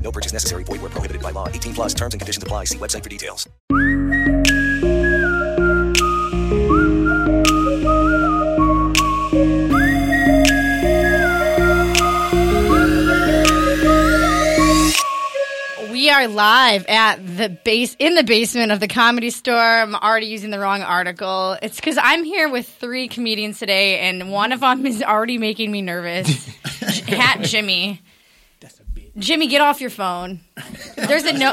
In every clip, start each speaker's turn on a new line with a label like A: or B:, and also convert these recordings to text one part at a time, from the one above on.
A: No purchase necessary. Void where prohibited by law. 18 plus terms and conditions apply. See website for details.
B: We are live at the base in the basement of the comedy store. I'm already using the wrong article. It's because I'm here with three comedians today, and one of them is already making me nervous. J- Hat Jimmy. Jimmy, get off your phone. There's a no.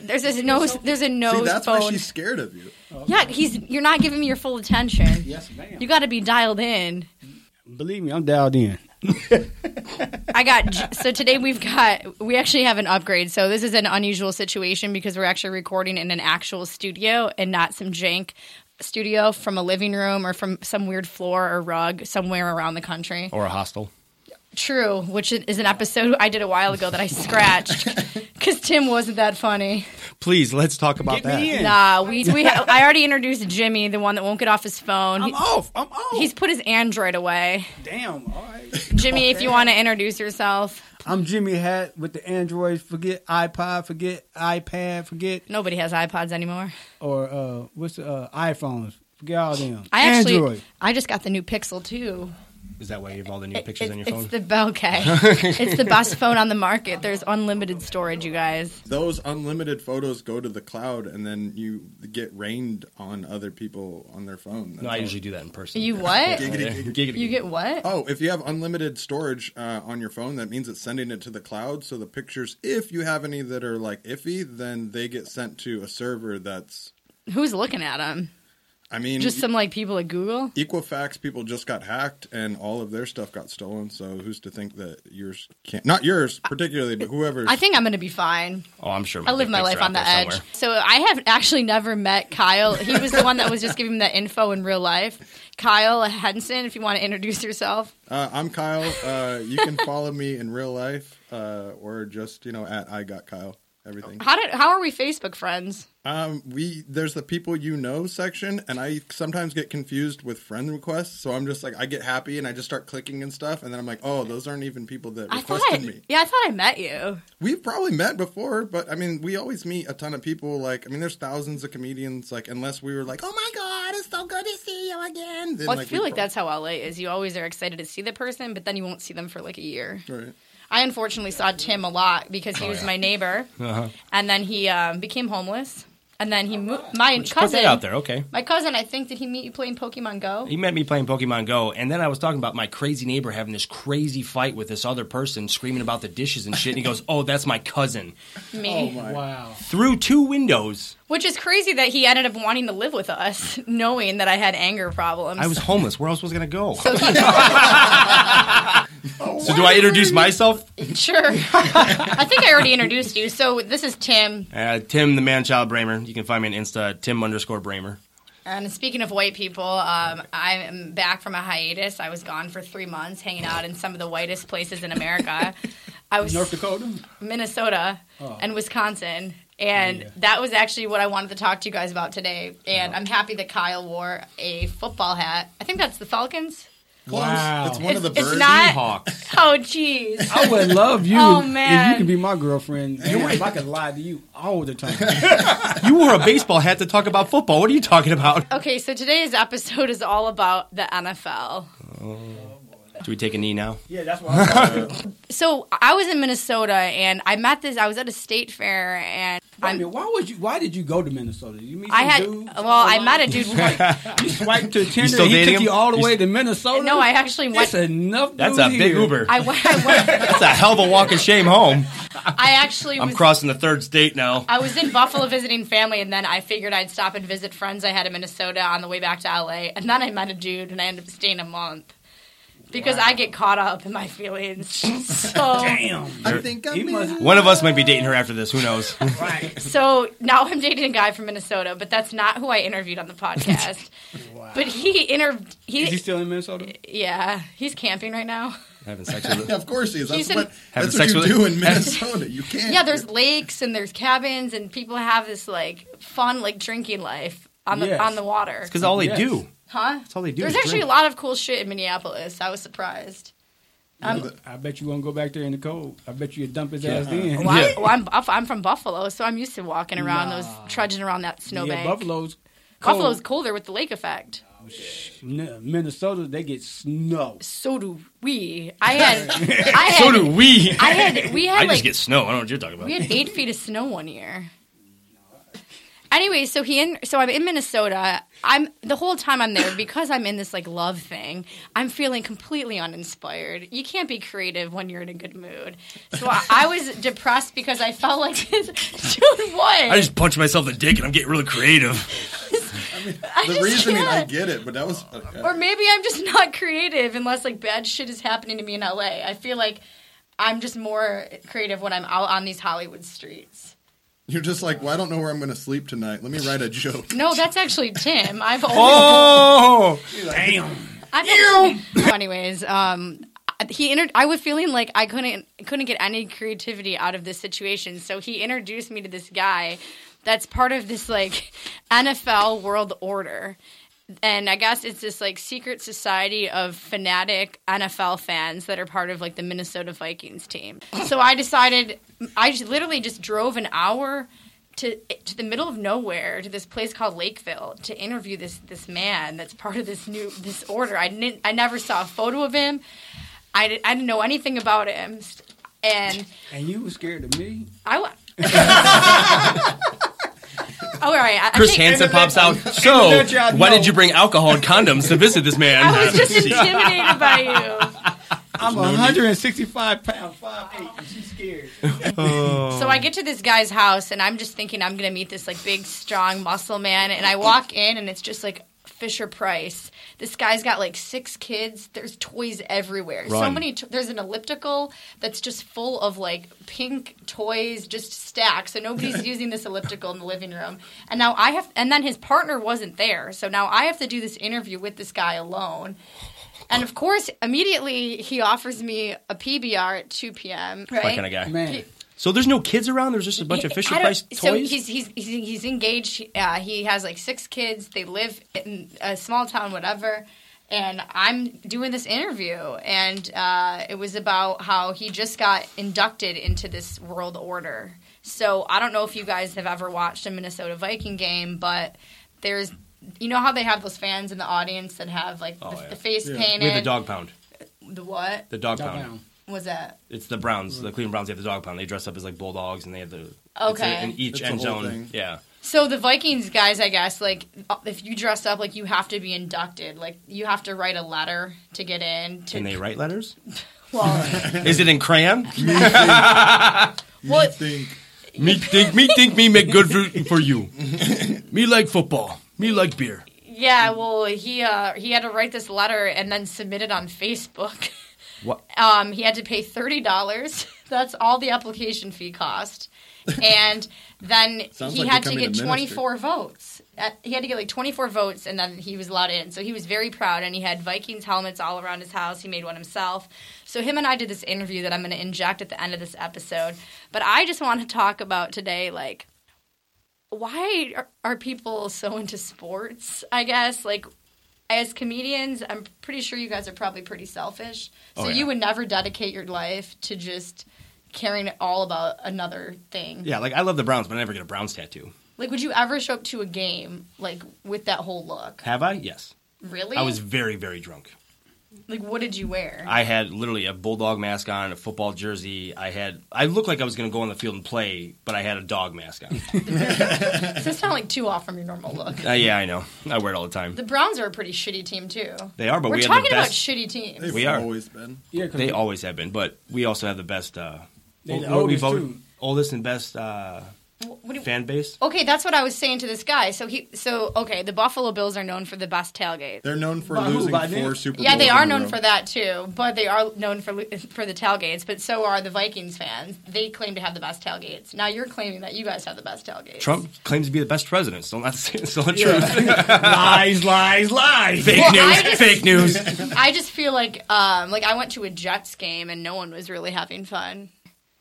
B: There's a nose. There's a
C: See,
B: nose
C: that's why
B: phone.
C: she's scared of you.
B: Yeah, he's. You're not giving me your full attention.
D: Yes, ma'am.
B: You got to be dialed in.
D: Believe me, I'm dialed in.
B: I got J- so today we've got we actually have an upgrade. So this is an unusual situation because we're actually recording in an actual studio and not some jank studio from a living room or from some weird floor or rug somewhere around the country.
D: Or a hostel.
B: True, which is an episode I did a while ago that I scratched because Tim wasn't that funny.
E: Please, let's talk about that.
B: Nah, we, we ha- I already introduced Jimmy, the one that won't get off his phone. He-
D: I'm off. I'm off.
B: he's put his Android away.
D: damn. All right.
B: Jimmy, if you want to introduce yourself,
E: I'm Jimmy Hat with the Androids. Forget iPod. Forget iPad. Forget
B: nobody has iPods anymore.
E: or uh, what's the, uh, iPhones. Forget all them.
B: I actually,
E: Android.
B: I just got the new Pixel too.
D: Is that why you have all the new pictures
B: It-
D: on your
B: it's
D: phone?
B: the okay. it's the best phone on the market. There's unlimited storage, you guys.
C: Those unlimited photos go to the cloud, and then you get rained on other people on their phone.
D: no,
C: That's
D: I
C: all.
D: usually do that in person.
B: You what?
C: Giggity, giggity.
D: Giggity.
B: You get what?
C: Oh, if you have unlimited storage uh, on your phone, that means it's sending it to the cloud. So the pictures, if you have any that are like iffy, then they get sent to a server that's.
B: Who's looking at them?
C: I mean,
B: Just some like people at Google.
C: Equifax people just got hacked, and all of their stuff got stolen. So who's to think that yours can't? Not yours particularly, but whoever's.
B: I think I'm gonna be fine.
D: oh, I'm sure.
B: I live
D: dick
B: my
D: pics
B: life
D: are out
B: on the
D: there
B: edge.
D: somewhere.
B: So I have actually never met Kyle. He was the one that was just giving me the info in real life. Kyle Henson, if you want to introduce yourself.
C: Uh, I'm Kyle. Uh, you can follow me in real life uh, or just, you know, at I Got Kyle. Everything.
B: How did how are we Facebook friends?
C: Um, we there's the people you know section, and I sometimes get confused with friend requests. So I'm just like, I get happy and I just start clicking and stuff, and then I'm like, oh, those aren't even people that
B: I thought
C: requested
B: I,
C: me.
B: yeah, I thought I met you.
C: We've probably met before, but I mean, we always meet a ton of people. Like, I mean, there's thousands of comedians. Like, unless we were like, oh my god, it's so good to see you again. Then,
B: Well, I
C: we
B: feel like
C: prob-
B: that's how LA is. You always are excited to see the person, but then you won't see them for like a year.
C: Right.
B: I unfortunately saw Tim a lot because
D: Oh,
B: he was my neighbor,
D: Uh-huh.
B: and then he um, became homeless, and then he moved. My
D: Put
B: cousin
D: that out there, okay?
B: My cousin, I think, did he meet you playing Pokemon Go?
D: He met me playing Pokemon Go, and then I was talking about my crazy neighbor having this crazy fight with this other person, screaming about the dishes and shit. And he goes, "Oh, that's my cousin."
B: Me,
E: Wow.
D: Through two windows,
B: which is crazy that he ended up wanting to live with us, knowing that I had anger problems.
D: I was homeless. Where else was I gonna go?
B: so he,
D: So do I introduce myself?
B: sure. I think I already introduced you. So this is Tim.
D: Uh, Tim, the man child Bramer. You can find me on Insta, Tim underscore Bramer.
B: And speaking of white people, um, I'm back from a hiatus. I was gone for three months, hanging out in some of the whitest places in America. I was
E: North Dakota.
C: Oh.
B: Minnesota and Wisconsin. And that was actually what I wanted to talk to you guys about today. And I'm happy that Kyle wore a football hat. I think that's the Falcons.
E: Wow.
C: It's one of the
B: It's- it's
C: birds.
B: not-
F: Seahawks.
B: Oh, jeez.
E: I would love you
B: Oh,
E: if
B: man.
E: you could be my girlfriend. Damn, if I could lie to you all the time.
F: you wore a baseball hat to talk about football. What are you talking about?
B: Okay, so today's episode is all about the NFL.
D: Do we take a knee now?
E: yeah, that's why. I'm
B: So I was in Minnesota and I met this. I was at a state fair and
E: Wait a minute, why would you? Why did you go to Minnesota? You meet some
B: I had.
E: dudes
B: Well, I met a dude.
E: You swiped to Tinder.
F: still
E: he
F: dating
E: took
F: him?
E: you all the
F: You
E: way
F: s-
E: to Minnesota.
B: no, I actually went.
E: That's enough.
D: That's
E: dudes
D: a big
E: here.
D: Uber.
B: I went. I, went,
F: That's a hell of a walk of shame home.
B: I actually.
D: I'm
B: was,
D: crossing the third state now.
B: I was in Buffalo visiting family, and then I figured I'd stop and visit friends I had in Minnesota on the way back to LA. And then I met a dude, and I ended up staying a month because I get caught up in my feelings. So,
C: I think I'm
E: He must-
C: in.
D: One of us might be dating her after this. Who knows?
B: so now I'm dating a guy from Minnesota, but that's not who I interviewed on the podcast. But he interviewed.
E: Is he still in Minnesota?
B: Yeah, he's camping right now.
D: Having sex with
C: Of course he is. That's
B: He's in-
C: what,
D: Having
C: that's
D: sex
C: what you
D: with-
C: do in Minnesota. You can't.
B: Yeah, there's lakes and there's cabins and people have this like fun like drinking life on the
E: Yes.
B: on the water.
D: Because all they
E: Yes.
D: do.
B: Huh?
D: That's all they do.
B: There's
D: is
B: actually a
D: drink.
B: lot of cool shit in Minneapolis. I was surprised.
E: I bet you won't go back there in the cold. I bet you dump his ass then.
B: Well,
F: Yeah.
B: I, well, I'm, I'm from Buffalo, so I'm used to walking around those trudging around that
E: Yeah,
B: snowbank.
E: Buffalo's. cold.
B: Buffalo's colder with the lake effect.
E: N- Minnesota, they get snow.
B: So do we. I had. I had
D: So do we.
B: I had. We had
D: I
B: like
D: just get snow. I don't know what you're talking about.
B: We had eight feet of snow one year. Anyway, so he in, so I'm in Minnesota. I'm the whole time I'm there because I'm in this like love thing. I'm feeling completely uninspired. You can't be creative when you're in a good mood. So I, I was depressed because I felt like this dude. What?
D: I just punched myself in the dick and I'm getting really creative.
C: the reasoning. I get it, but that was.
B: or maybe I'm just not creative unless like bad shit is happening to me in LA. I feel like I'm just more creative when I'm out on these Hollywood streets.
C: You're just like, well, I don't know where I'm going to sleep tonight. Let me write a joke.
B: No, that's actually Tim. I've always.
F: Oh,
B: I've never- So anyways, um, I- he inter- I was feeling like I couldn't couldn't get any creativity out of this situation, so he introduced me to this guy that's part of this like NFL world order. And I guess it's this like secret society of fanatic NFL fans that are part of like the Minnesota Vikings team. So I decided I just literally just drove an hour to to the middle of nowhere to this place called Lakeville to interview this this man that's part of this new this order. I didn't I never saw a photo of him. I didn't, I didn't know anything about him, and
E: And you were scared of me?
B: I. wa- oh, all right. I, I
D: Chris
B: think-
D: Hansen pops out. So,
E: Internet y'all
D: why
E: know."
D: did you bring alcohol and condoms to visit this man?
B: I was just intimidated by you.
E: I'm 165 pounds, 5'8, and she's scared.
B: So I get to this guy's house, and I'm just thinking I'm gonna meet this like big, strong muscle man. And I walk in, and it's just like Fisher Price. This guy's got like six kids. There's toys everywhere. So
F: Run.
B: many. To- there's an elliptical that's just full of like pink toys, just stacked. So nobody's using this elliptical in the living room. And now I have. And then his partner wasn't there, so now I have to do this interview with this guy alone. And of course, immediately he offers me a PBR at 2 p.m. Right?
D: kind of guy.
E: Man,
D: So there's no kids around. There's just a bunch of Fisher
B: I don't-
D: Price
B: So
D: toys.
B: he's he's he's, he's engaged. Uh, he has like six kids. They live in a small town, whatever. And I'm doing this interview, and uh, it was about how he just got inducted into this world order. So I don't know if you guys have ever watched a Minnesota Viking game, but there's you know how they have those fans in the audience that have like the,
D: Oh, yeah.
B: the face painted.
D: we have the dog pound.
B: The what
D: The dog,
E: Dog
D: pound.
E: pound.
B: was that?
D: It's the Browns.
C: Mm.
D: The Cleveland Browns. They have the dog pound. They dress up as like bulldogs, and they have the it's
B: Okay.
D: a- in
C: It's
D: each
C: a
D: end
C: whole
D: zone.
C: thing.
D: Yeah.
B: So the Vikings guys, I guess, like uh, if you dress up, like you have to be inducted. Like you have to write a letter to get in. To,
D: Can they write letters?
B: Well,
D: Is it in crayon?
B: well,
C: Think.
D: me think me think me make good for, for you. me like football. Me like beer.
B: yeah.
C: Mm-hmm.
B: Well, he uh, he had to write this letter and then submit it on Facebook.
D: What?
B: Um, he had to pay thirty dollars. That's all the application fee cost, and then
C: Sounds
B: he
C: like
B: had to
C: becoming
B: get
C: a minister.
B: twenty four votes. Uh, he had to get like twenty four votes, and then he was allowed in. So he was very proud, and he had Vikings helmets all around his house. He made one himself. So him and I did this interview that I'm going to inject at the end of this episode. But I just want to talk about today, like why are, are people so into sports? I guess like as comedians, I'm pretty sure you guys are probably pretty selfish. So
F: Oh, yeah.
B: you would never dedicate your life to just caring all about another thing.
D: Yeah, like I love the Browns, but I never get a Browns tattoo.
B: Like would you ever show up to a game like with that whole look?
D: Have I? Yes.
B: Really?
D: I was very, very drunk.
B: like what did you wear?
D: I had literally a bulldog mask on, a football jersey. I had I looked like I was going to go on the field and play, but I had a dog mask on.
B: This is not like too off from your normal look.
D: Uh, yeah, I know. I wear it all the time.
B: The Browns are a pretty shitty team too.
D: They are, but
B: We're
D: we have
B: talking
D: the
B: about
D: best.
B: shitty teams.
C: They've
D: We are.
C: always been.
E: Yeah, 'cause
D: they always have been, but we also have the best. Uh,
E: They're the
D: what we
E: oldest,
D: vote-
E: too.
D: oldest and best uh,
B: What do you-
D: fan base.
B: Okay, that's what I was saying to this guy. So he, so okay, the Buffalo Bills are known for the best tailgate.
C: They're known for
E: By who?
C: losing
E: By
C: four
E: them?
C: Super Bowls.
B: yeah, they
C: in
B: are
C: a
B: known
C: row.
B: for that too, but they are known for lo- for the tailgates. But so are the Vikings fans. They claim to have the best tailgates. Now you're claiming that you guys have the best tailgates.
D: Trump claims to be the best president. Still not the, still not true.
F: lies, lies, lies.
D: fake
B: Well,
D: news.
B: I just-
D: fake news.
B: I just feel like, um, like I went to a Jets game and no one was really having fun.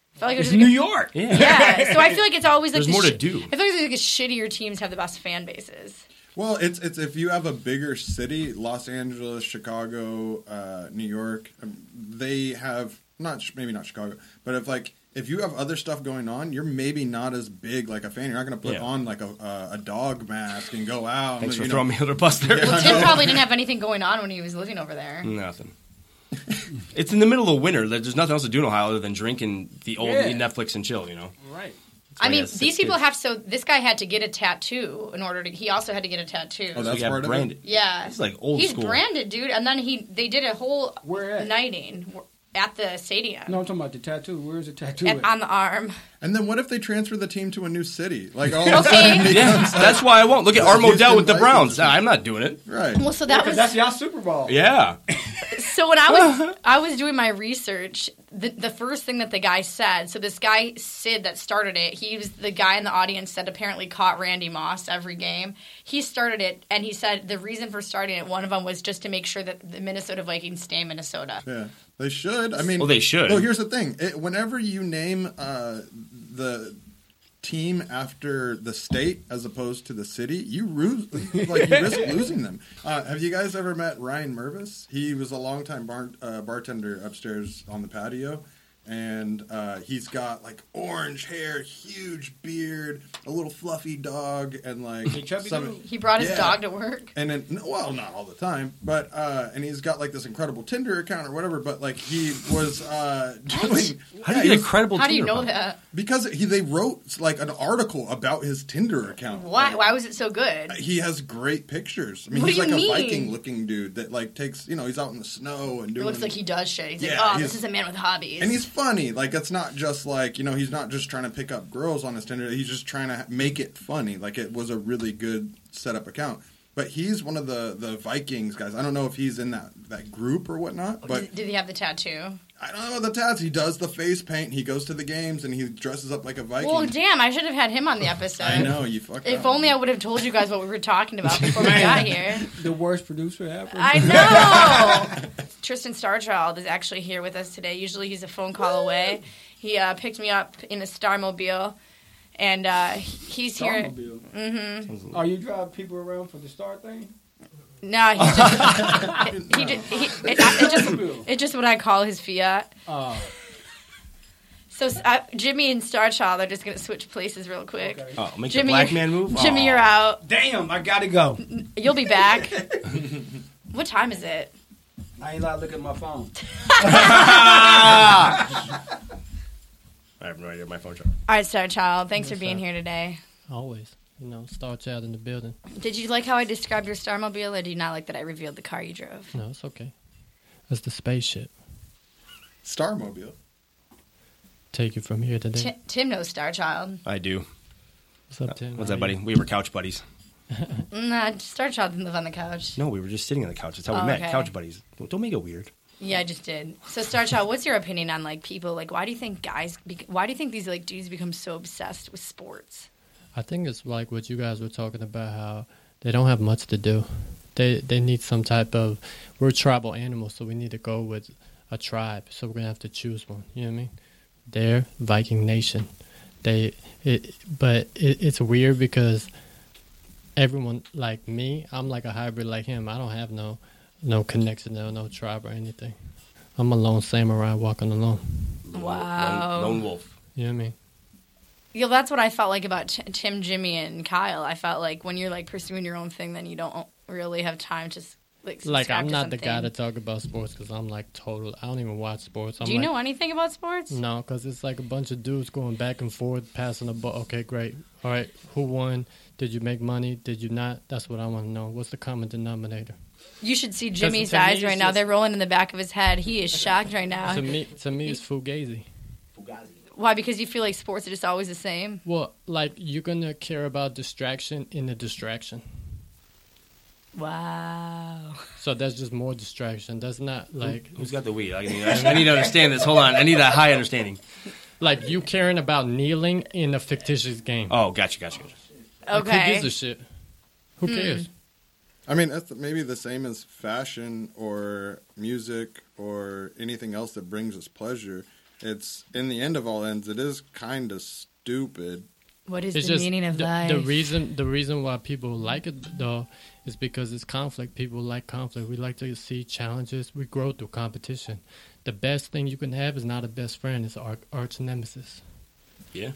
B: I felt like it was
F: It's
B: like
F: New
B: a-
F: York.
B: Yeah, so I feel like it's always like
D: There's
B: the
D: more to
B: shi-
D: do.
B: I feel like the shittier teams have the best fan bases.
C: Well, it's it's if you have a bigger city, Los Angeles, Chicago, uh, New York, um, they have not sh- maybe not Chicago, but if like if you have other stuff going on, you're maybe not as big like a fan. You're not going to put
D: Yeah.
C: on like a uh, a dog mask and go out.
D: Thanks
C: you
D: for
C: know.
D: throwing me under the bus there.
C: Yeah.
B: Tim probably didn't have anything going on when he was living over there.
D: Nothing. it's in the middle of winter. There- There's nothing else to do in Ohio other than drink and the old
E: Yeah.
D: Netflix and chill. You know.
E: Right.
B: I
D: why he
B: mean,
D: has Oh, six
B: these people
D: kids.
B: have so. This guy had to get a tattoo in order to. He also had to get a tattoo.
C: Oh, that's
D: we got
C: part of it?
D: branded.
B: yeah,
D: He's like old
B: He's
D: school.
B: branded, dude. And then he they did a whole
E: Where at?
B: nighting at the stadium
E: No, I'm talking about the tattoo. Where's the tattoo?
B: and
E: At?
B: on the arm.
C: And then what if they transfer the team to a new city? Like oh, all of
B: Okay.
C: a sudden, it
D: Yeah,
C: becomes,
D: that's why I won't look at Art
C: Houston
D: Modell with the
C: Vikings.
D: Browns. Nah, I'm not doing it.
C: right.
B: Well, so that
E: 'Cause
B: was
E: that's y'all Super Bowl.
D: Yeah,
B: So when I was I was doing my research, the, the first thing that the guy said, so this guy Sid that started it, he was the guy in the audience that apparently caught Randy Moss every game. He started it, and he said the reason for starting it, one of them was just to make sure that the Minnesota Vikings stay in Minnesota.
C: Yeah, they should. I mean,
D: Well, they should.
C: No, here's the thing: it, whenever you name uh, the team after the state as opposed to the city, you lose, like you risk losing them. Uh, have you guys ever met Ryan Mervis? He was a longtime bar, uh, bartender upstairs on the patio. And uh, he's got like orange hair, huge beard, a little fluffy dog, and like
E: chubby dude.
B: He brought his
C: Yeah.
B: dog to work.
C: and then no, well not all the time but uh and he's got like this incredible tinder account or whatever but like he was uh doing Yeah, he
D: how do you get a
C: was-
D: credible?
B: How do you
D: Tinder
B: know
D: account?
B: that?
C: because he they wrote like an article about his tinder account
B: Why
C: Like,
B: why was it so good?
C: he has great pictures i mean
B: What
C: he's
B: do you
C: like
B: mean?
C: a viking looking dude that like takes you know he's out in the snow and
B: It
C: doing
B: looks like he does shit. He's
C: Yeah,
B: like, oh,
C: he's-
B: this is a man with hobbies.
C: and he's funny like it's not just like you know he's not just trying to pick up girls on his tinder he's just trying to make it funny like it was a really good setup account but he's one of the the vikings guys i don't know if he's in that that group or whatnot but
B: did, did Oh, he have the tattoo?
C: I don't know the tats. He does the face paint. He goes to the games and he dresses up like a Viking.
B: Well, damn, I should have had him on the episode.
C: I know you fucked
B: If
C: up.
B: only I would have told you guys what we were talking about before we got here.
E: The worst producer ever.
B: I know. Tristan Starchild is actually here with us today. Usually he's a phone call away. He uh, picked me up in a Starmobile, and uh, he's here.
E: Mm-hmm. Oh, you drive people around for the star thing?
B: No, he just. he, ju- he, it, it just it's just what I call his Fiat.
E: Oh,
B: So uh, Jimmy and Starchild are just going to switch places real quick.
D: Oh, make
B: Jimmy,
D: the black
B: you're-
D: man move. Oh.
B: Jimmy,
D: Aw.
B: you're out.
E: damn! I gotta go.
B: You'll be back. what time is it?
E: I ain't allowed to look at my phone.
D: I have no idea. My phone.
B: All right, Star Child, thanks for being
G: sir.
B: here today.
G: Always, you know, star child in the building.
B: Did you like how I described your Starmobile, or do you not like that I revealed the car you drove?
G: No, it's okay. That's the spaceship.
C: Starmobile.
G: Take you from here
H: Mm.
G: to there.
B: Ti- Tim knows Star Child.
D: I do.
G: What's up, Tim?
D: What's
G: How
D: that,
G: are
D: buddy?
G: you?
D: We were couch buddies.
B: Mm, Nah, Star Child didn't live on the couch.
D: No, we were just sitting on the couch. That's how we
B: Oh,
D: met.
B: okay.
D: Couch buddies. Don't, don't make it weird.
B: Yeah, I just did. So, Star Child, what's your opinion on like people? Like, why do you think guys? Be- why do you think these like dudes become so obsessed with sports?
G: I think it's like what you guys were talking about. How they don't have much to do. They they need some type of. We're tribal animals, so we need to go with a tribe. So we're gonna have to choose one. You know what I mean? Their Viking nation. They, it, but it, it's weird because everyone like me, I'm like a hybrid like him. I don't have no, no connection, no no tribe or anything. I'm a lone samurai walking alone.
B: Wow.
D: Lone, lone wolf.
G: You know what I mean?
B: Yeah, that's what I felt like about T- Tim, Jimmy, and Kyle. I felt like when you're like pursuing your own thing, then you don't really have time to s- like.
G: Like
B: subscribe
G: I'm
B: to
G: not the guy to
B: something.
G: talk about sports because I'm like total. I don't even watch sports. I'm
B: Do you
G: like,
B: know anything about sports?
G: No, because it's like a bunch of dudes going back and forth, passing the ball. Okay, great. All right, who won? Did you make money? Did you not? That's what I want to know. What's the common denominator?
B: You should see
G: Doesn't
B: Jimmy's
G: tell me,
B: eyes right
G: it's
B: now.
G: just-
B: They're rolling in the back of his head. He is shocked right now.
G: to me, to me, it's fugazi.
B: Why? Because you feel like sports are just always the same.
G: Well, like you're gonna care about distraction in the distraction.
B: Wow.
G: So that's just more distraction. That's not like
D: Who's got the weed? I need, I need to understand this. Hold on. I need a high understanding.
G: like you caring about kneeling in a fictitious game.
D: Oh, gotcha, gotcha, gotcha.
G: Like, Who gives
B: Okay.
G: a shit? Who cares?
C: I mean, that's maybe the same as fashion or music or anything else that brings us pleasure. It's in the end of all ends, it is kind of stupid.
B: What is
G: It's
B: the
G: just
B: meaning of
G: the,
B: life?
G: the reason the reason why people like it though is because it's conflict. People like conflict. We like to see challenges. We grow through competition. The best thing you can have is not a best friend. It's arch, arch nemesis.
D: Yeah.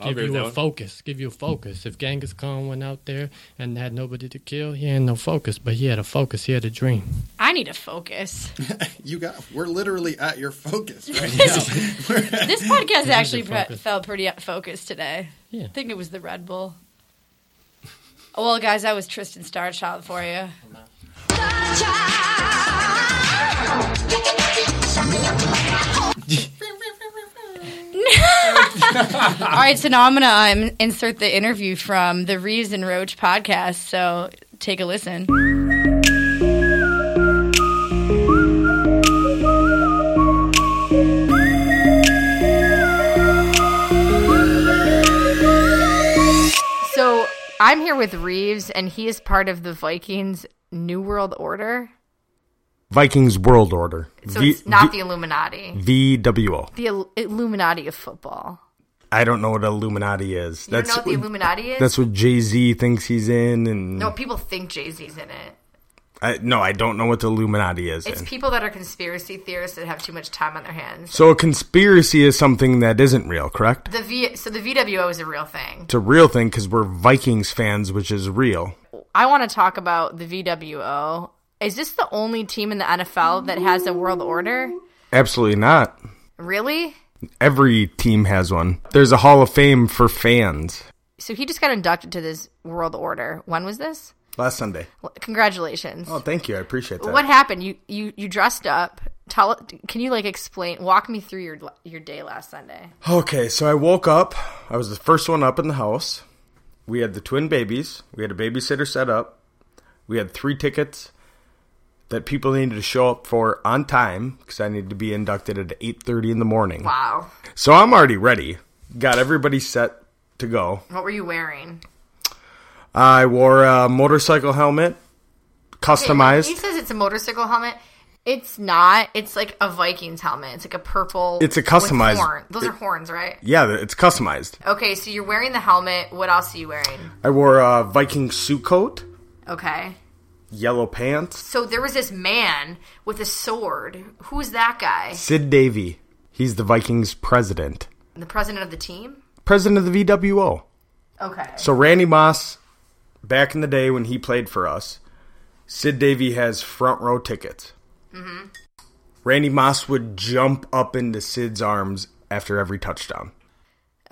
D: I'll
G: Give
D: agree with
G: you
D: that
G: a
D: one.
G: focus. Give you a focus. If Genghis Khan went out there and had nobody to kill, he had no focus. But he had a focus. He had a dream.
B: I need to focus.
C: You got, we're literally at your focus right
B: This podcast actually
G: to
B: pre-
G: focus.
B: felt pretty focused today.
G: Yeah.
B: I think it was the Red Bull. Well, guys, that was Tristan Starchild for you. All right, so now I'm going to um, insert the interview from the Reeves and Roach podcast. So take a listen. So I'm here with Reeves, and he is part of the Vikings New World Order.
H: Vikings World Order.
B: So
H: V-
B: it's not
H: V-
B: the Illuminati,
H: VWO.
B: the Il- Illuminati of football.
H: I don't know what Illuminati is.
B: You don't know what the Illuminati is?
H: That's what Jay Z thinks he's in, and
B: no, people think Jay Z's in it.
H: I, no, I don't know what the Illuminati is.
B: It's
H: in.
B: people that are conspiracy theorists that have too much time on their hands.
H: so a conspiracy is something that isn't real, correct?
B: The v- so the VWO is a real thing.
H: It's a real thing because we're Vikings fans, which is real.
B: I want to talk about the VWO. Is this the only team in the NFL that has a world order?
H: Absolutely not.
B: Really?
H: Every team has one. There's a Hall of Fame for fans.
B: So he just got inducted to this world order. When was this?
H: Last Sunday.
B: Well, Congratulations.
H: Oh, thank you. I appreciate that.
B: What happened? You you you dressed up. Tell can you like explain walk me through your your day last Sunday?
H: Okay, so I woke up. I was the first one up in the house. We had the twin babies. We had a babysitter set up. We had three tickets that people needed to show up for on time because I needed to be inducted at 8:30 in the morning.
B: Wow.
H: So I'm already ready. Got everybody set to go.
B: What were you wearing?
H: I wore a motorcycle helmet,
B: He
H: customized.
B: says it's a motorcycle helmet. It's not. It's like a Vikings helmet. It's like a purple.
H: It's a
B: with
H: customized-
B: horn. Those are
H: it-
B: horns, right?
H: Yeah, it's customized.
B: Okay, so you're wearing the helmet. What else are you wearing?
H: I wore a Viking suit coat,
B: Okay.
H: yellow pants.
B: So there was this man with a sword. Who's that guy?
H: Sid Davey. He's the Vikings president.
B: The president of the team?
H: President of the VWO.
B: Okay.
H: So Randy Moss, back in the day when he played for us, Sid Davey has front row tickets. Mm-hmm. Randy Moss would jump up into Sid's arms after every touchdown.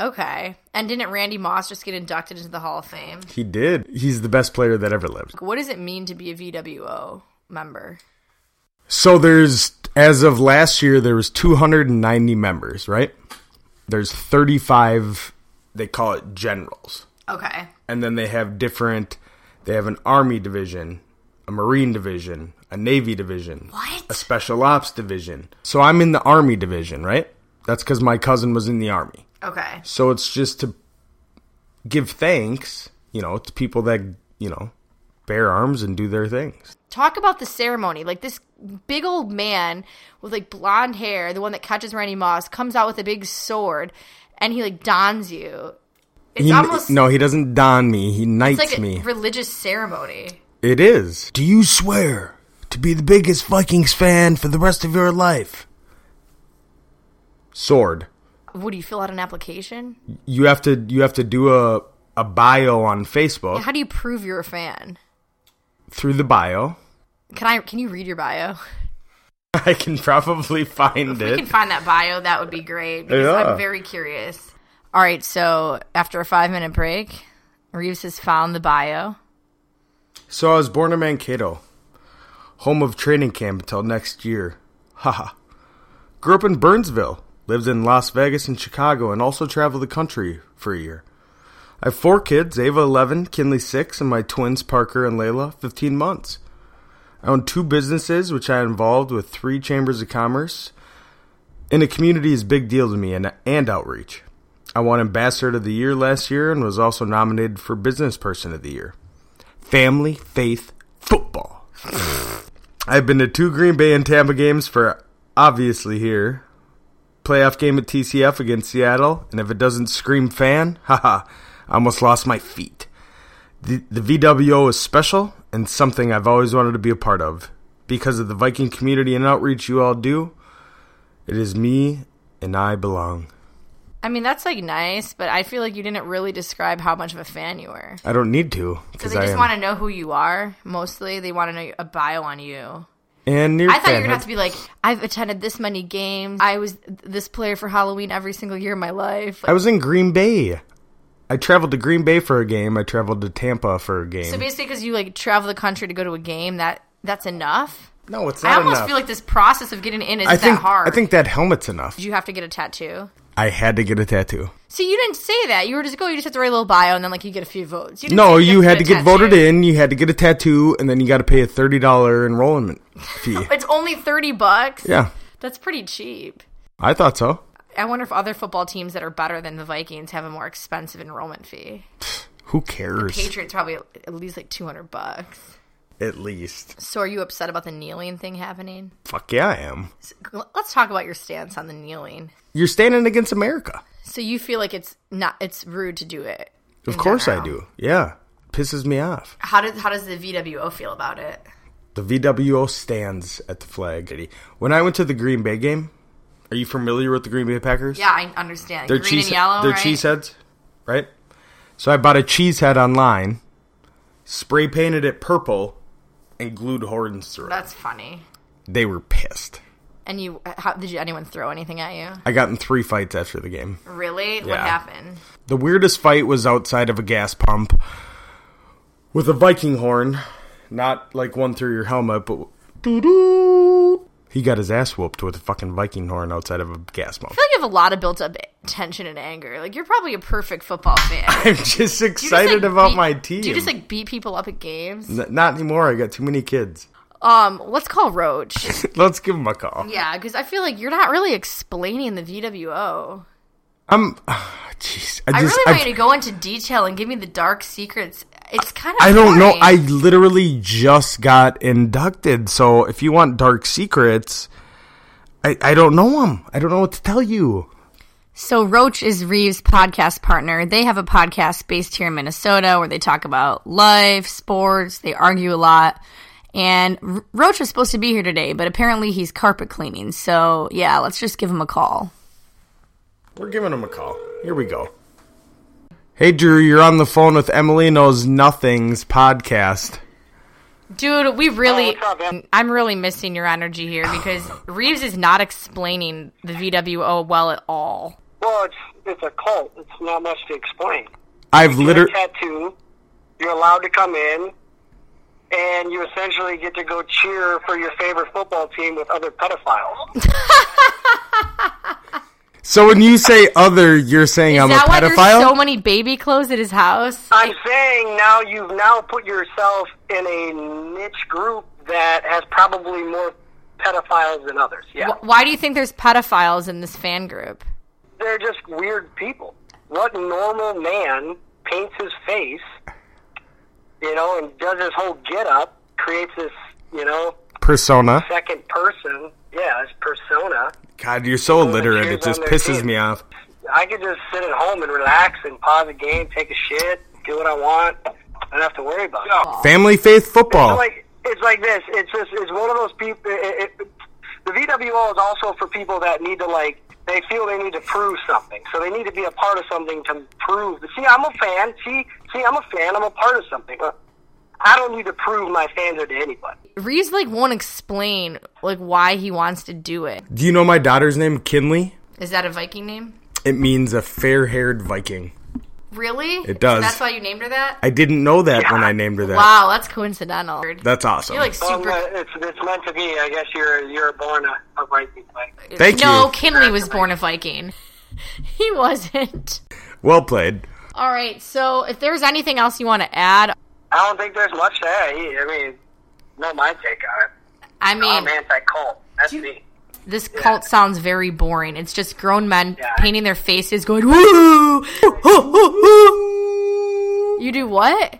B: Okay. And didn't Randy Moss just get inducted into the Hall of Fame?
H: He did. He's the best player that ever lived.
B: What does it mean to be a VWO member?
H: So there's as of last year there was 290 members, right? There's 35 they call it generals.
B: Okay.
H: and then they have different they have an army division a marine division a navy division
B: What?
H: a special ops division so i'm in the army division right that's because my cousin was in the army
B: Okay.
H: so it's just to give thanks you know to people that you know bear arms and do their things
B: Talk about the ceremony. Like this big old man with like blonde hair, the one that catches Randy Moss, comes out with a big sword and he like dons you. It's
H: He-
B: almost
H: no, he doesn't don me. He
B: it's
H: knights
B: like a
H: me.
B: religious ceremony.
H: it is.
I: Do you swear to be the biggest Vikings fan for the rest of your life?
H: Sword.
B: What do you fill out an application?
H: You have to you have to do a a bio on
B: Yeah,
H: Facebook
B: how do you prove you're a fan?
H: through the bio.
B: Can I? Can you read your bio?
H: I can probably find
B: If we can
H: it.
B: find that bio, that would be great because
H: Yeah.
B: I'm very curious. All right, so after a five minute break, Reeves has found the bio.
H: So I was born in Mankato, home of training camp until next year. Haha. Grew up in Burnsville, lived in Las Vegas and Chicago, and also traveled the country for a year. I have four kids Ava 11, Kinley 6, and my twins Parker and Layla, 15 months. I own two businesses, which I involved with three chambers of commerce, and a community is a big deal to me and, and outreach. I won Ambassador of the Year last year and was also nominated for Business Person of the Year. Family, faith, football. I've been to two Green Bay and Tampa games for obviously here. Playoff game at TCF against Seattle, and if it doesn't scream fan, haha, I almost lost my feet. The, the VWO is special and something I've always wanted to be a part of. Because of the Viking community and outreach you all do, it is me and I belong.
B: I mean, that's like nice, but I feel like you didn't really describe how much of a fan you were.
H: I don't need to
B: So
H: because
B: they
H: I
B: just
H: am.
B: want to know who you are. Mostly, they want to know a bio on you.
H: and near
B: I thought you were gonna
H: fanhood.
B: have to be like, I've attended this many games. I was this player for Halloween every single year of my life.
H: I was in Green Bay. I traveled to Green Bay for a game. I traveled to Tampa for a game.
B: So basically, because you like travel the country to go to a game, that that's enough.
H: No, it's
B: I
H: not
B: almost
H: enough.
B: feel like this process of getting in is
H: I
B: that
H: think
B: hard.
H: I think that helmet's enough.
B: Did you have to get a tattoo?
H: I had to get a tattoo.
B: So you didn't say that. You were just go. You just have to write a little bio, and then like you get a few votes. You didn't
H: No,
B: say
H: you had to
B: a
H: get voted in. You had to get a tattoo, and then you got to pay a thirty dollar enrollment fee.
B: It's only thirty bucks.
H: yeah,
B: that's pretty cheap.
H: I thought so.
B: I wonder if other football teams that are better than the Vikings have a more expensive enrollment fee.
H: Who cares?
B: Patriots probably at least like two hundred bucks.
H: At least,
B: So are you upset about the kneeling thing happening?
H: fuck yeah, I am.
B: So, let's talk about your stance on the kneeling.
H: You're standing against America.
B: So you feel like it's not it's rude to do it.
H: Of course I do. Yeah, pisses me off.
B: How does how does the VWO feel about it?
H: The VWO stands at the flag. When I went to the Green Bay game, are you familiar with the Green Bay Packers?
B: Yeah, I understand.
H: They're
B: Green
H: cheese,
B: and yellow,
H: they're
B: right?
H: cheese heads, right? So I bought a cheese head online, spray painted it purple, and glued horns through it.
B: That's funny.
H: They were pissed.
B: And you how did you anyone throw anything at you?
H: I got in three fights after the game.
B: Really? What
H: Yeah.
B: happened?
H: The weirdest fight was outside of a gas pump with a Viking horn, not like one through your helmet, but Doo-doo. he got his ass whooped with a fucking Viking horn outside of a gas pump.
B: I feel like you have a lot of built up tension and anger. Like you're probably a perfect football fan.
H: I'm just
B: Do you just,
H: excited
B: like,
H: about
B: beat-
H: my team.
B: Do you just like beat people up at games?
H: N- not anymore. I got too many kids.
B: Um, let's call Roach.
H: Let's give him a call.
B: Yeah, because I feel like you're not really explaining the VWO.
H: I'm. Jeez,
B: I,
H: I just.
B: really
H: I,
B: want you to go into detail and give me the dark secrets. It's kind of.
H: I don't know.
B: boring.
H: I literally just got inducted. So if you want dark secrets, I I don't know them. I don't know what to tell you.
B: So Roach is Reeves' podcast partner. They have a podcast based here in Minnesota where they talk about life, sports. They argue a lot. And R- Roach was supposed to be here today, but apparently he's carpet cleaning. So yeah, let's just give him a call.
H: We're giving him a call. Here we go. Hey Drew, you're on the phone with Emily Knows Nothing's podcast.
B: Dude, we
D: Oh,
B: really. I'm really missing your energy here because Reeves is not explaining the VWO well at all.
D: Well, it's it's a cult. It's not much to explain.
H: I've
D: You get a
H: literally.
D: tattoo. You're allowed to come in, and you essentially get to go cheer for your favorite football team with other pedophiles.
H: So when you say other, you're saying I'm a
B: that why there's
H: pedophile.
B: so many baby clothes at his house?
D: I'm saying now you've now put yourself in a niche group that has probably more pedophiles than others. Yeah,
B: Wh- Why do you think there's pedophiles in this fan group?
D: they're just weird people. What normal man paints his face, you know, and does his whole get up, creates this, you know,
H: Persona.
D: second person, yeah, his persona.
H: God, you're so illiterate. It just pisses me off.
D: I could just sit at home and relax and pause the game, take a shit, do what I want. I don't have to worry about it.
H: Family faith football.
D: It's like it's like this. It's just it's one of those people. It, it, the VWO is also for people that need to like they feel they need to prove something, so they need to be a part of something to prove. See, I'm a fan. See, see, I'm a fan. I'm a part of something. I don't need to prove my fans are to anybody.
B: Reeves like won't explain like why he wants to do it.
H: Do you know my daughter's name, Kinley?
B: Is that a Viking name?
H: It means a fair-haired Viking.
B: Really?
H: It does.
B: So that's why you named her that.
H: I didn't know that when I named her that.
B: Wow, that's coincidental.
H: That's awesome.
B: You're like super.
D: Well, uh, it's, it's meant to be. I guess you're you're born a, a Viking. Like,
H: Thank
B: no,
H: you.
B: Kinley was born a Viking. he wasn't.
H: Well played.
B: All right. So if there's anything else you want to add,
D: I don't think there's much there. I mean, no, Oh, my take on it.
B: I mean,
D: I'm anti-cult. That's me.
B: this cult sounds very boring. It's just grown men painting their faces, going woo. you do what?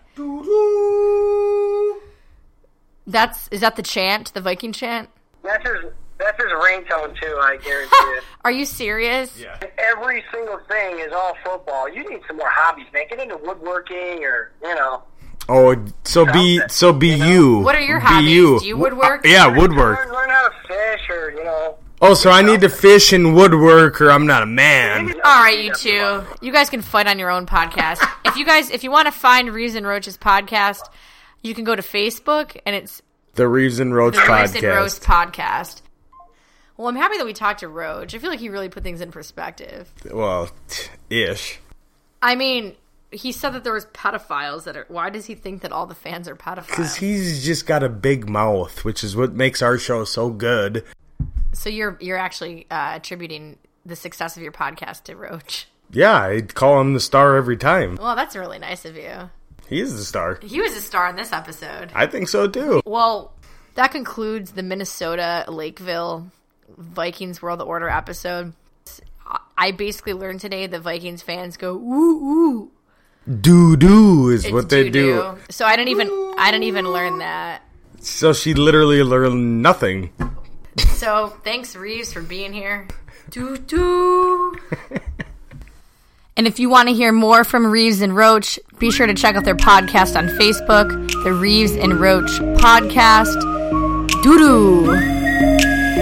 B: That's is that the chant, the Viking chant?
D: That's his. That's his ringtone too. I guarantee it.
B: Are you serious? Yeah.
D: Every single thing is all football. You need some more hobbies, man. Get into woodworking or you know.
H: Oh, so be so be you.
B: What are your
H: Be
B: hobbies?
H: You. Uh,
B: Do you woodwork?
H: Yeah, woodwork.
D: Learn how to fish or you know.
H: Oh, so I need to fish and woodwork, or I'm not a man.
B: All right, you two. You guys can fight on your own podcast. if you guys, if you want to find Reeves and Roach's podcast, you can go to Facebook and it's
H: The Reeves and Roach
B: the Reeves and
H: podcast.
B: Roach podcast. Well, I'm happy that we talked to Roach. I feel like he really put things in perspective.
H: Well, t- ish.
B: I mean, he said that there was pedophiles that are. Why does he think that all the fans are pedophiles?
H: Because he's just got a big mouth, which is what makes our show so good.
B: So you're you're actually uh, attributing the success of your podcast to Roach.
H: Yeah, I'd call him the star every time.
B: Well, that's really nice of you.
H: He is the star.
B: He was a star in this episode.
H: I think so too.
B: Well, that concludes the Minnesota Lakeville Vikings World Order episode. I basically learned today that Vikings fans go ooh ooh.
H: Doo doo is
B: It's
H: what they do.
B: doo-doo. So I didn't even I didn't even learn that.
H: So she literally learned nothing.
B: So thanks Reeves for being here. Doo doo. And if you want to hear more from Reeves and Roach, be sure to check out their podcast on Facebook, the Reeves and Roach Podcast. Doo doo.